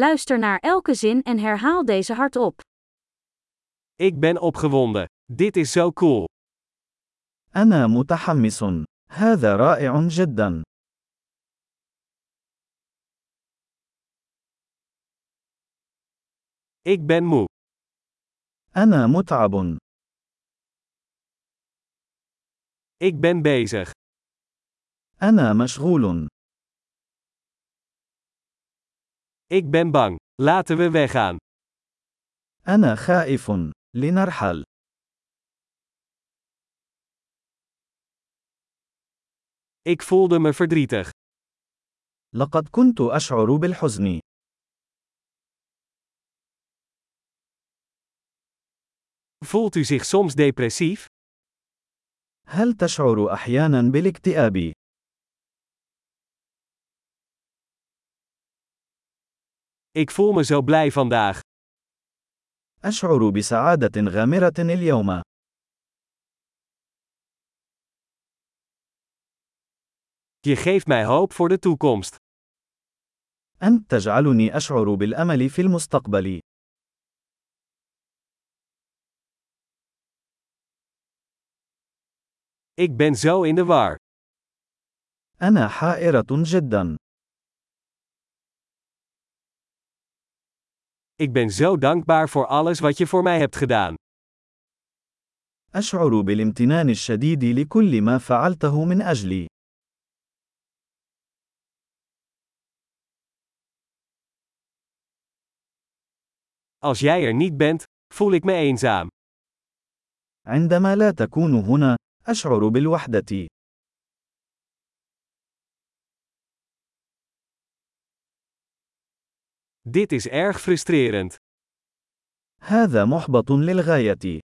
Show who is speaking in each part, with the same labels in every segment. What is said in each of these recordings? Speaker 1: Luister naar elke zin en herhaal deze hardop.
Speaker 2: Ik ben opgewonden. Dit is zo cool.
Speaker 3: أنا متحمس. هذا رائع جدا.
Speaker 2: Ik ben moe.
Speaker 3: أنا متعب.
Speaker 2: Ik ben bezig.
Speaker 3: أنا مشغول.
Speaker 2: Ik ben bang. Laten we weggaan.
Speaker 3: أنا خائف. لنرحل.
Speaker 2: Ik voelde me verdrietig.
Speaker 3: لقد كنت أشعر بالحزن.
Speaker 2: Voelt u zich soms depressief?
Speaker 3: هل تشعر أحيانا بالاكتئاب؟
Speaker 2: Ik voel me zo blij vandaag.
Speaker 3: أشعر بسعادة غامرة اليوم.
Speaker 2: Je geeft mij hoop voor de toekomst.
Speaker 3: أنت تجعلني أشعر بالأمل في المستقبل.
Speaker 2: Ik ben zo in de war.
Speaker 3: أنا حائرة جدا.
Speaker 2: Ik ben zo dankbaar voor alles wat je voor mij hebt gedaan.
Speaker 3: أشعر بالامتنان الشديد لكل ما فعلته من أجلي.
Speaker 2: Als jij er niet bent, voel ik me eenzaam.
Speaker 3: عندما لا تكون هنا، أشعر بالوحدة.
Speaker 2: Dit is erg frustrerend.
Speaker 3: هذا محبط للغاية.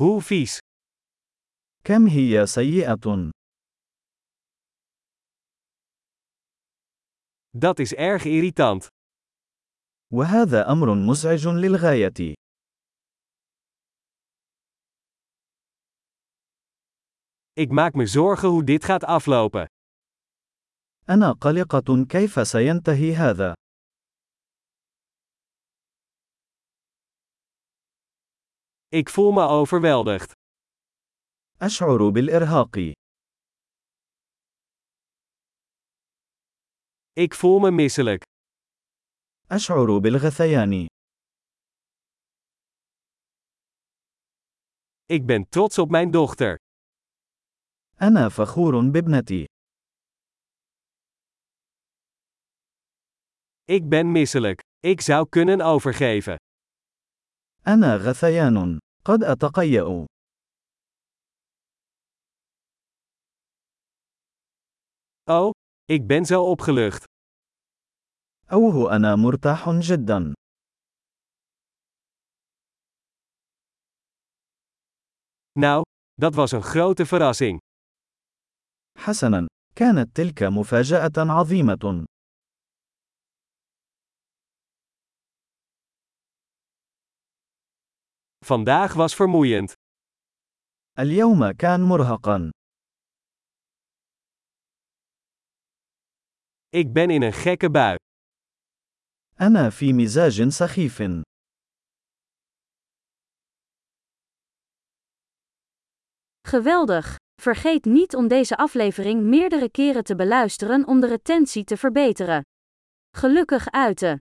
Speaker 2: Hoe vies.
Speaker 3: كم هي سيئة.
Speaker 2: Dat is erg irritant.
Speaker 3: وهذا أمر مزعج للغاية.
Speaker 2: Ik maak me zorgen hoe dit gaat aflopen.
Speaker 3: أنا قلقة كيف سينتهي هذا.
Speaker 2: Ik voel me overweldigd.
Speaker 3: أشعر بالإرهاق.
Speaker 2: Ik voel me misselijk.
Speaker 3: أشعر بالغثيان.
Speaker 2: Ik ben trots op mijn dochter.
Speaker 3: أنا فخور بابنتي.
Speaker 2: Ik ben misselijk. Ik zou kunnen overgeven.
Speaker 3: أنا غثيان. قد أتقيأ.
Speaker 2: Oh, ik ben zo opgelucht.
Speaker 3: أوه أنا مرتاح جدا.
Speaker 2: Nou, dat was een grote verrassing.
Speaker 3: حسنا، كانت تلك مفاجأة عظيمة.
Speaker 2: Vandaag was vermoeiend.
Speaker 3: اليوم كان مرهقا.
Speaker 2: Ik ben in een gekke bui.
Speaker 3: أنا في مزاج سخيف.
Speaker 1: Geweldig! Vergeet niet om deze aflevering meerdere keren te beluisteren om de retentie te verbeteren. Gelukkig uiten!